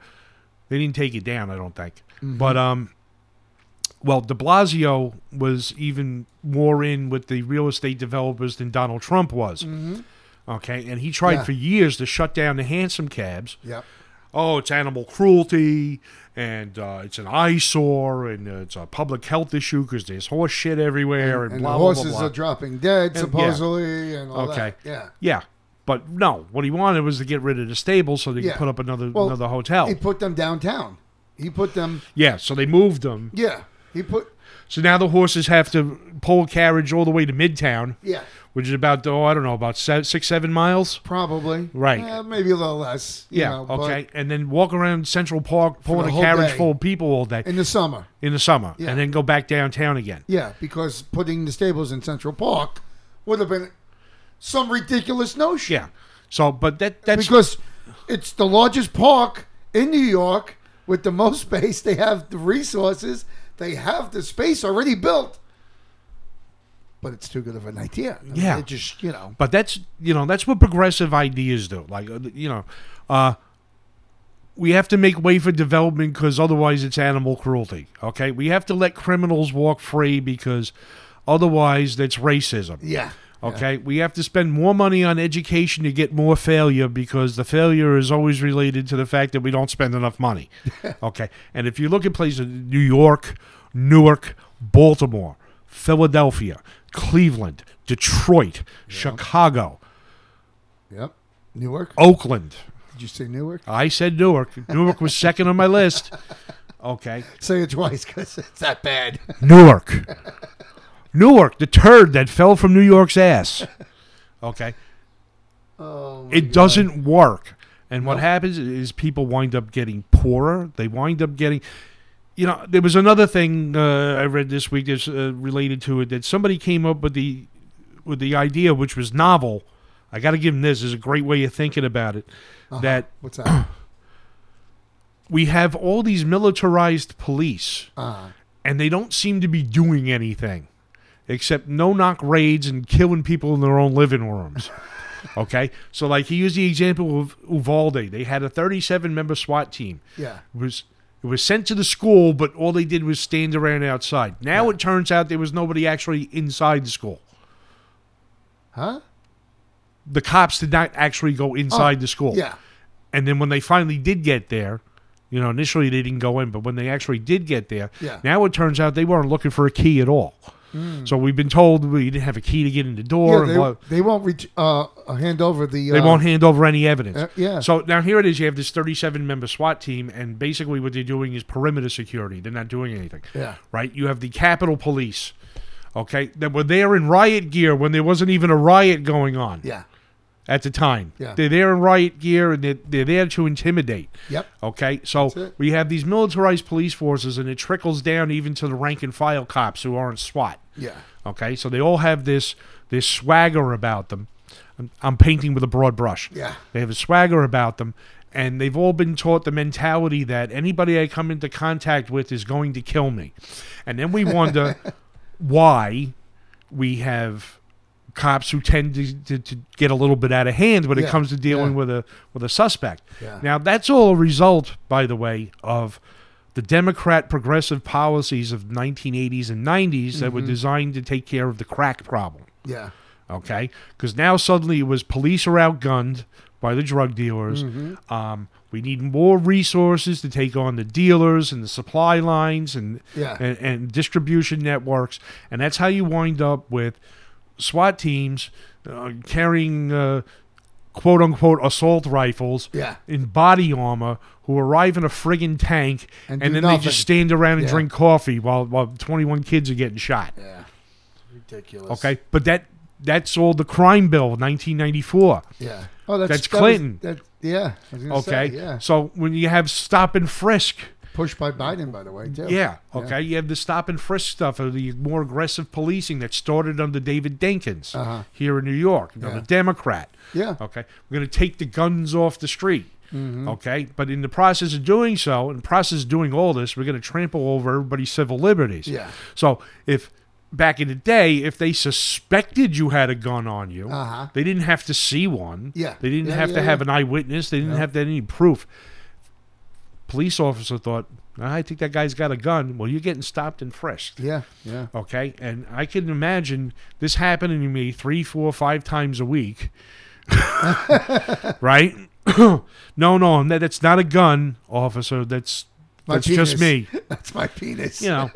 Speaker 1: They didn't take it down, I don't think. But um, well, De Blasio was even more in with the real estate developers than Donald Trump was. Okay, and he tried
Speaker 2: Yeah.
Speaker 1: for years to shut down the hansom cabs
Speaker 2: Yep.
Speaker 1: oh, it's animal cruelty and uh, it's an eyesore and uh, it's a public health issue because there's horse shit everywhere and,
Speaker 2: And
Speaker 1: blah,
Speaker 2: the
Speaker 1: blah,
Speaker 2: horses
Speaker 1: blah, blah.
Speaker 2: are dropping dead,
Speaker 1: yeah.
Speaker 2: supposedly, and all
Speaker 1: Okay.
Speaker 2: that. Yeah.
Speaker 1: yeah. But no, what he wanted was to get rid of the stable so they
Speaker 2: Yeah.
Speaker 1: could put up another
Speaker 2: Well,
Speaker 1: another hotel.
Speaker 2: He put them downtown. He put them.
Speaker 1: yeah, so they moved them.
Speaker 2: Yeah. He put.
Speaker 1: So now the horses have to pull a carriage all the way to Midtown,
Speaker 2: Yeah.
Speaker 1: which is about oh I don't know about se- six seven miles.
Speaker 2: Probably.
Speaker 1: Right.
Speaker 2: Eh, maybe a little less. you
Speaker 1: Yeah,
Speaker 2: know, but
Speaker 1: okay, and then walk around Central Park pulling
Speaker 2: the
Speaker 1: a
Speaker 2: whole
Speaker 1: carriage
Speaker 2: day.
Speaker 1: full of people all day
Speaker 2: In the summer.
Speaker 1: in the summer,
Speaker 2: Yeah.
Speaker 1: and then go back downtown again.
Speaker 2: Yeah, because putting the stables in Central Park would have been some ridiculous notion.
Speaker 1: Yeah, so but that that's
Speaker 2: because it's the largest park in New York with the most space. They have the resources. They have the space already built. But it's too good of an idea. I mean,
Speaker 1: Yeah.
Speaker 2: it just you know.
Speaker 1: But that's you know that's what progressive ideas do. Like uh, you know, uh, we have to make way for development because otherwise it's animal cruelty. Okay, we have to let criminals walk free because otherwise that's racism.
Speaker 2: Yeah.
Speaker 1: Okay, we have to spend more money on education to get more failure because the failure is always related to the fact that we don't spend enough money. okay, and if you look at places New York, Newark, Baltimore, Philadelphia, Cleveland, Detroit, Chicago,
Speaker 2: Yep. Newark.
Speaker 1: Oakland.
Speaker 2: Did you say Newark?
Speaker 1: I said Newark. Newark was second on my list. Okay,
Speaker 2: Say it twice because it's that bad.
Speaker 1: Newark. Newark, the turd that fell from New York's ass. Okay.
Speaker 2: Oh, my
Speaker 1: it
Speaker 2: God.
Speaker 1: doesn't work. And what happens is people wind up getting poorer. They wind up getting, you know, there was another thing uh, I read this week that's uh, related to it that somebody came up with the with the idea, which was novel. I got to give them this. is a great way of thinking about it. That
Speaker 2: What's that?
Speaker 1: we have all these militarized police,
Speaker 2: Uh,
Speaker 1: and they don't seem to be doing anything except no knock raids and killing people in their own living rooms. Okay, so like he used the example of Uvalde. They had a 37 member SWAT team.
Speaker 2: yeah.
Speaker 1: It was it was sent to the school, but all they did was stand around outside. Now it turns out there was nobody actually inside the school.
Speaker 2: Huh?
Speaker 1: The cops did not actually go inside the school.
Speaker 2: Yeah.
Speaker 1: And then when they finally did get there, you know, initially they didn't go in, but when they actually did get there,
Speaker 2: Yeah. Hmm.
Speaker 1: now it turns out they weren't looking for a key at all. So we've been told we didn't have a key to get in the door.
Speaker 2: Yeah,
Speaker 1: and
Speaker 2: they,
Speaker 1: blah-
Speaker 2: they won't ret- uh, uh, hand over the.
Speaker 1: They
Speaker 2: uh,
Speaker 1: won't hand over any evidence.
Speaker 2: uh, yeah.
Speaker 1: So now here it is. You have this 37 member SWAT team, and basically what they're doing is perimeter security. They're not doing anything,
Speaker 2: yeah.
Speaker 1: right? You have the Capitol Police, okay, that were there in riot gear when there wasn't even a riot going on.
Speaker 2: Yeah.
Speaker 1: at the time.
Speaker 2: Yeah.
Speaker 1: They're there in riot gear and they're, they're there to intimidate.
Speaker 2: Yep.
Speaker 1: Okay, so
Speaker 2: it.
Speaker 1: we have these militarized police forces, and it trickles down even to the rank and file cops who aren't SWAT.
Speaker 2: Yeah.
Speaker 1: Okay, so they all have this this swagger about them. I'm, I'm painting with a broad brush.
Speaker 2: Yeah.
Speaker 1: They have a swagger about them, and they've all been taught the mentality that anybody I come into contact with is going to kill me. And then we wonder why we have cops who tend to, to, to get a little bit out of hand when
Speaker 2: Yeah,
Speaker 1: it comes to dealing
Speaker 2: yeah.
Speaker 1: with a with a suspect.
Speaker 2: Yeah.
Speaker 1: Now that's all a result, by the way, of the Democrat progressive policies of 1980s and 90s that were designed to take care of the crack problem
Speaker 2: Yeah.
Speaker 1: okay? Because now suddenly it was police are outgunned by the drug dealers. Um, we need more resources to take on the dealers and the supply lines and,
Speaker 2: Yeah.
Speaker 1: and and distribution networks, and that's how you wind up with SWAT teams uh, carrying uh, quote unquote assault rifles
Speaker 2: Yeah.
Speaker 1: in body armor who arrive in a friggin' tank
Speaker 2: And
Speaker 1: and,
Speaker 2: do
Speaker 1: then
Speaker 2: nothing.
Speaker 1: they just stand around and
Speaker 2: Yeah.
Speaker 1: drink coffee while while 21 kids are getting shot.
Speaker 2: Yeah. Ridiculous.
Speaker 1: Okay, but that that's all the crime bill, 1994.
Speaker 2: Yeah. Oh, that's,
Speaker 1: That's
Speaker 2: that was-
Speaker 1: Clinton.
Speaker 2: that, yeah. I was gonna
Speaker 1: Okay,
Speaker 2: Say, yeah.
Speaker 1: so when you have stop and frisk,
Speaker 2: Pushed by Biden, by the way. Too.
Speaker 1: yeah, okay, you have the stop and frisk stuff of the more aggressive policing that started under David Dinkins
Speaker 2: Uh-huh.
Speaker 1: here in New York, another
Speaker 2: Yeah.
Speaker 1: Democrat.
Speaker 2: Yeah. Mm-hmm.
Speaker 1: Okay, we're going to take the guns off the street.
Speaker 2: Mm.
Speaker 1: Okay, but in the process of doing so, in the process of doing all this, we're going to trample over everybody's civil liberties.
Speaker 2: Yeah.
Speaker 1: So if back in the day, if they suspected you had a gun on you,
Speaker 2: Uh-huh.
Speaker 1: they didn't have to see one.
Speaker 2: Yeah.
Speaker 1: They didn't
Speaker 2: Yeah,
Speaker 1: have
Speaker 2: yeah,
Speaker 1: to have
Speaker 2: yeah.
Speaker 1: an eyewitness. They didn't have to have any proof. Police officer thought, I think that guy's got a gun. Well, you're getting stopped and frisked.
Speaker 2: Yeah. Yeah.
Speaker 1: Okay, and I can imagine this happening to me three, four, five times a week. right? no, no, that- that's not a gun, officer. That's
Speaker 2: My
Speaker 1: that's just me.
Speaker 2: penis. That's my penis.
Speaker 1: You know.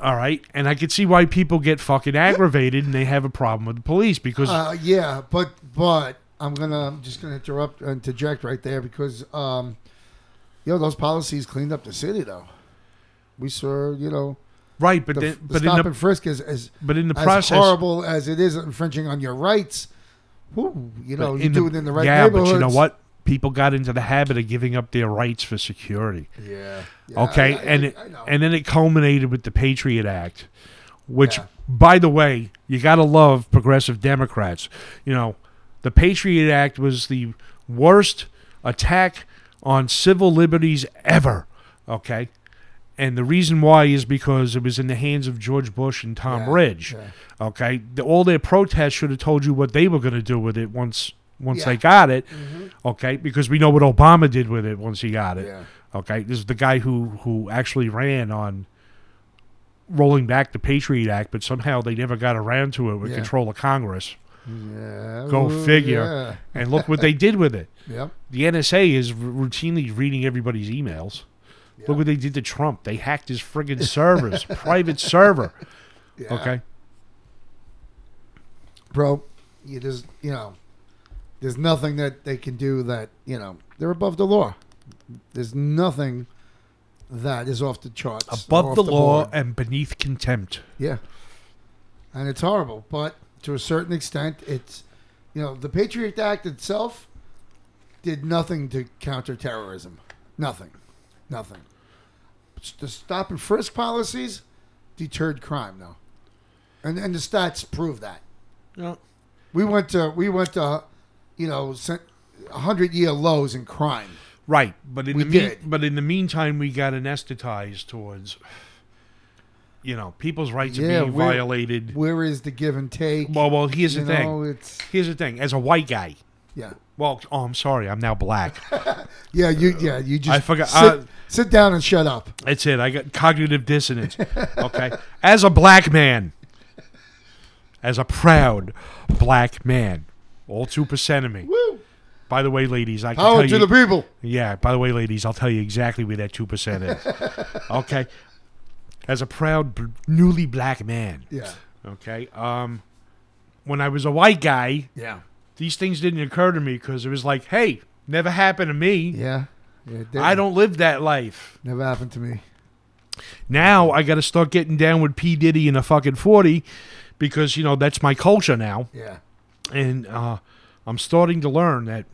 Speaker 1: All right, and I can see why people get fucking aggravated and they have a problem with the police because
Speaker 2: Uh, yeah, but but I'm gonna I'm just gonna interrupt interject right there because um, you know those policies cleaned up the city though. We saw you know
Speaker 1: right, but
Speaker 2: the,
Speaker 1: then,
Speaker 2: the
Speaker 1: but in
Speaker 2: stop
Speaker 1: the
Speaker 2: and frisk is as
Speaker 1: but in the
Speaker 2: as
Speaker 1: process,
Speaker 2: horrible as it is infringing on your rights. Whew, you
Speaker 1: but
Speaker 2: know you do it in the right
Speaker 1: yeah, but
Speaker 2: neighborhoods.
Speaker 1: you know what? People got into the habit of giving up their rights for security.
Speaker 2: Yeah. yeah,
Speaker 1: Okay,
Speaker 2: I- I-
Speaker 1: and it,
Speaker 2: I know.
Speaker 1: and then it culminated with the Patriot Act, which,
Speaker 2: Yeah.
Speaker 1: by the way, you gotta love progressive Democrats. You know, the Patriot Act was the worst attack on civil liberties ever. Okay, and the reason why is because it was in the hands of George Bush and Tom
Speaker 2: Yeah,
Speaker 1: Ridge.
Speaker 2: yeah.
Speaker 1: Okay, the, all their protests should have told you what they were gonna do with it once once
Speaker 2: Yeah.
Speaker 1: they got it. Okay, because we know what Obama did with it once he got it.
Speaker 2: yeah.
Speaker 1: Okay, this is the guy who who actually ran on rolling back the Patriot Act, but somehow they never got around to it with
Speaker 2: Yeah.
Speaker 1: control of Congress.
Speaker 2: Yeah.
Speaker 1: Go
Speaker 2: ooh,
Speaker 1: figure.
Speaker 2: Yeah.
Speaker 1: And look what they did with it.
Speaker 2: Yep.
Speaker 1: The NSA is r- routinely reading everybody's emails.
Speaker 2: Yeah.
Speaker 1: Look what they did to Trump. They hacked his friggin' servers, private server.
Speaker 2: Yeah.
Speaker 1: Okay,
Speaker 2: bro, you just you know, there's nothing that they can do that you know they're above the law. There's nothing that is off the charts, or
Speaker 1: above
Speaker 2: off
Speaker 1: the law
Speaker 2: board.
Speaker 1: and beneath contempt.
Speaker 2: Yeah, and it's horrible, but to a certain extent, it's you know the Patriot Act itself did nothing to counter terrorism. Nothing, nothing. S- The stop and frisk policies deterred crime, though, and and the stats prove that. We went to we went to, you know, hundred year lows in crime.
Speaker 1: Right, but in
Speaker 2: We
Speaker 1: the mean,
Speaker 2: did.
Speaker 1: but in the meantime, we got anesthetized towards, you know, people's rights
Speaker 2: Yeah,
Speaker 1: are being
Speaker 2: we're-
Speaker 1: violated.
Speaker 2: Where is the give and take?
Speaker 1: Well, well, here's the
Speaker 2: you
Speaker 1: thing.
Speaker 2: know, it's
Speaker 1: here's the thing. As a white guy,
Speaker 2: yeah,
Speaker 1: well, oh, I'm sorry, I'm now black.
Speaker 2: yeah. You yeah you just
Speaker 1: I forgot-
Speaker 2: Sit,
Speaker 1: uh,
Speaker 2: sit down and shut up.
Speaker 1: That's it. I got cognitive dissonance. Okay, as a black man, as a proud black man, all two percent of me.
Speaker 2: Woo!
Speaker 1: By the way, ladies, I can
Speaker 2: Power
Speaker 1: tell
Speaker 2: to
Speaker 1: you.
Speaker 2: the people.
Speaker 1: yeah. By the way, ladies, I'll tell you exactly where that two percent is. okay, as a proud b- newly black man.
Speaker 2: Yeah,
Speaker 1: Okay. Um, when I was a white guy,
Speaker 2: yeah,
Speaker 1: these things didn't occur to me because it was like, hey, never happened to me.
Speaker 2: yeah. yeah it
Speaker 1: I don't live that life.
Speaker 2: never happened to me.
Speaker 1: Now I got to start getting down with P Diddy in a fucking forty because you know that's my culture now.
Speaker 2: Yeah,
Speaker 1: and uh, I'm starting to learn that.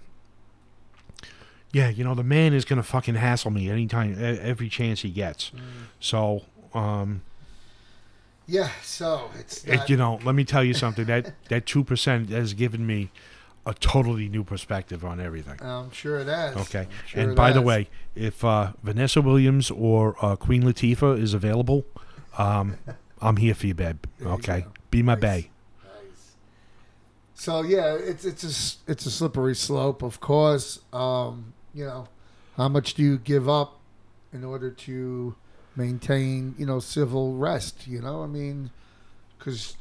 Speaker 1: Yeah, you know the man is gonna fucking hassle me anytime, e- every chance he gets. So, um,
Speaker 2: Yeah, so it's
Speaker 1: it-
Speaker 2: not,
Speaker 1: you know, let me tell you something. That that two percent has given me a totally new perspective on everything.
Speaker 2: I'm sure it is.
Speaker 1: Okay.
Speaker 2: I'm sure
Speaker 1: and
Speaker 2: it
Speaker 1: by the
Speaker 2: is.
Speaker 1: way, if uh, Vanessa Williams or uh, Queen Latifah is available, um, I'm here for you, babe.
Speaker 2: There you
Speaker 1: Okay.
Speaker 2: go.
Speaker 1: Be my
Speaker 2: Nice.
Speaker 1: bae.
Speaker 2: Nice. So yeah, it's it's a s- it's a slippery slope, of course. Um, you know, how much do you give up in order to maintain you know civil rest? You know, I mean, because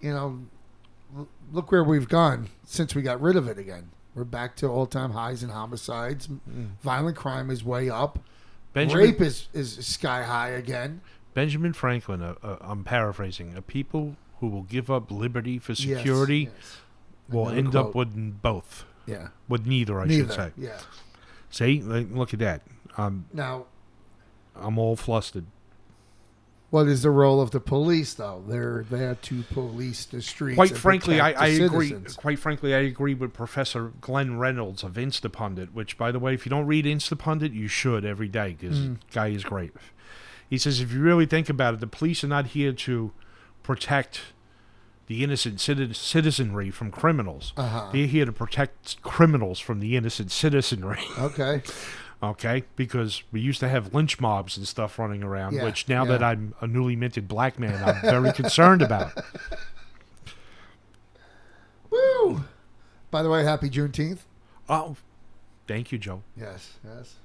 Speaker 2: you know, l- look where we've gone since we got rid of it again. We're back to all time highs in homicides. Violent crime is way up.
Speaker 1: Mm. Benjamin,
Speaker 2: Rape is, is sky high again.
Speaker 1: Benjamin Franklin, uh, uh, I'm paraphrasing, a people who will give up liberty for
Speaker 2: Yes,
Speaker 1: security
Speaker 2: yes.
Speaker 1: will
Speaker 2: Another
Speaker 1: end up
Speaker 2: quote.
Speaker 1: with n- both.
Speaker 2: yeah.
Speaker 1: With neither, I should say.
Speaker 2: Neither. Yeah.
Speaker 1: See, Like, look at that. I'm
Speaker 2: Now,
Speaker 1: I'm all flustered.
Speaker 2: What is the role of the police, though? They're there to police the streets.
Speaker 1: Quite
Speaker 2: and
Speaker 1: frankly, I,
Speaker 2: protect
Speaker 1: I
Speaker 2: the
Speaker 1: agree.
Speaker 2: citizens.
Speaker 1: Quite frankly, I agree with Professor Glenn Reynolds of Instapundit. Which, by the way, if you don't read Instapundit, you should every day because
Speaker 2: Mm.
Speaker 1: guy is great. He says if you really think about it, the police are not here to protect the innocent citi- citizenry from criminals.
Speaker 2: Uh-huh.
Speaker 1: They're here to protect criminals from the innocent citizenry.
Speaker 2: Okay.
Speaker 1: Okay, because we used to have lynch mobs and stuff running around,
Speaker 2: Yeah,
Speaker 1: which now that
Speaker 2: yeah.
Speaker 1: I'm a newly minted black man, I'm very concerned about.
Speaker 2: Woo! By the way, happy Juneteenth.
Speaker 1: Oh, thank you, Joe.
Speaker 2: Yes. Yes.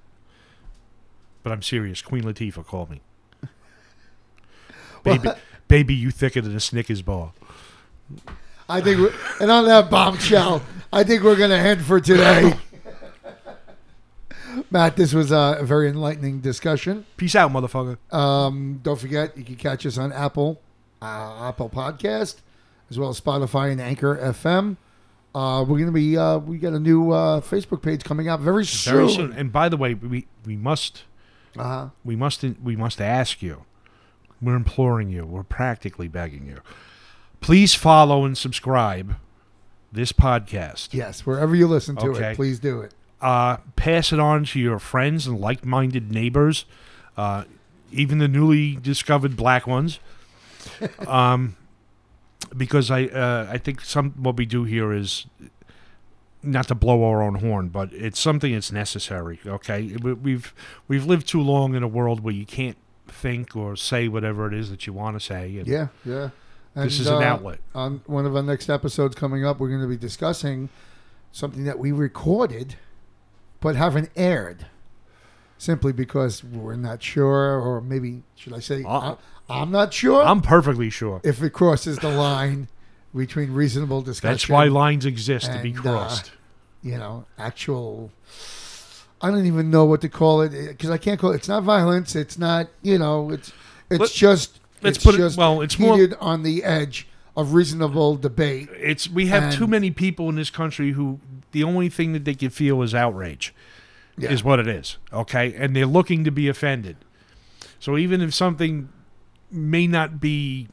Speaker 1: But I'm serious. Queen Latifah called me. Baby, baby, you thicker than a Snickers bar.
Speaker 2: I think, we and on that bombshell, I think we're gonna end for today. Matt, this was uh, a very enlightening discussion.
Speaker 1: Peace out, motherfucker.
Speaker 2: Um, don't forget, you can catch us on Apple, uh, Apple Podcast, as well as Spotify and Anchor FM. Uh, we're gonna be uh, we got a new uh, Facebook page coming out very soon.
Speaker 1: Very soon. And by the way, we we must
Speaker 2: Uh-huh.
Speaker 1: we must we must ask you. We're imploring you. We're practically begging you. Please follow and subscribe this podcast.
Speaker 2: Yes, wherever you listen to
Speaker 1: Okay.
Speaker 2: it, please do it.
Speaker 1: uh, pass it on to your friends and like minded neighbors, uh, even the newly discovered black ones. Um, because I, uh, I think some what we do here is not to blow our own horn, but it's something that's necessary. Okay, We- we've we've lived too long in a world where you can't think or say whatever it is that you want to say. And
Speaker 2: Yeah, yeah. And,
Speaker 1: this is an
Speaker 2: uh,
Speaker 1: outlet.
Speaker 2: On one of our next episodes coming up, we're going to be discussing something that we recorded but haven't aired simply because we're not sure, or maybe, should I say,
Speaker 1: Uh,
Speaker 2: I, am not sure
Speaker 1: I'm perfectly sure.
Speaker 2: if it crosses the line between reasonable discussion.
Speaker 1: That's why lines exist to be
Speaker 2: And, uh,
Speaker 1: crossed.
Speaker 2: you know, actual. I don't even know what to call it because I can't call it. It's not violence. It's not, you know, it's it's
Speaker 1: Let-
Speaker 2: just.
Speaker 1: let's
Speaker 2: it's
Speaker 1: put it-
Speaker 2: just
Speaker 1: well, it's more-
Speaker 2: heated on the edge of reasonable debate.
Speaker 1: it's we have too
Speaker 2: And-
Speaker 1: many people in this country who the only thing that they can feel is outrage
Speaker 2: Yeah.
Speaker 1: is what it is okay and they're looking to be offended so even if something may not be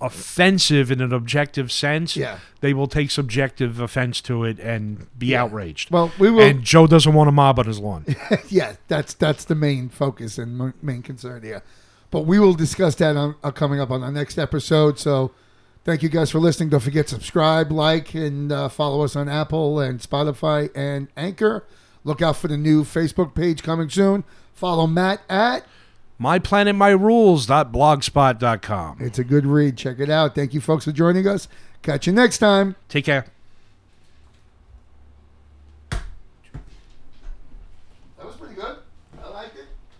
Speaker 1: offensive in an objective sense
Speaker 2: Yeah.
Speaker 1: they will take subjective offense to it and be outraged
Speaker 2: Well, we will.
Speaker 1: and joe doesn't want a mob on his lawn
Speaker 2: yeah, that's that's the main focus and mo- main concern here. But we will discuss that on, uh, coming up on our next episode. So, thank you guys for listening. Don't forget subscribe, like, and uh, follow us on Apple and Spotify and Anchor. Look out for the new Facebook page coming soon. Follow Matt at
Speaker 1: my planet my rules.blogspot.com
Speaker 2: It's a good read. Check it out. Thank you, folks, for joining us. Catch you next time.
Speaker 1: take care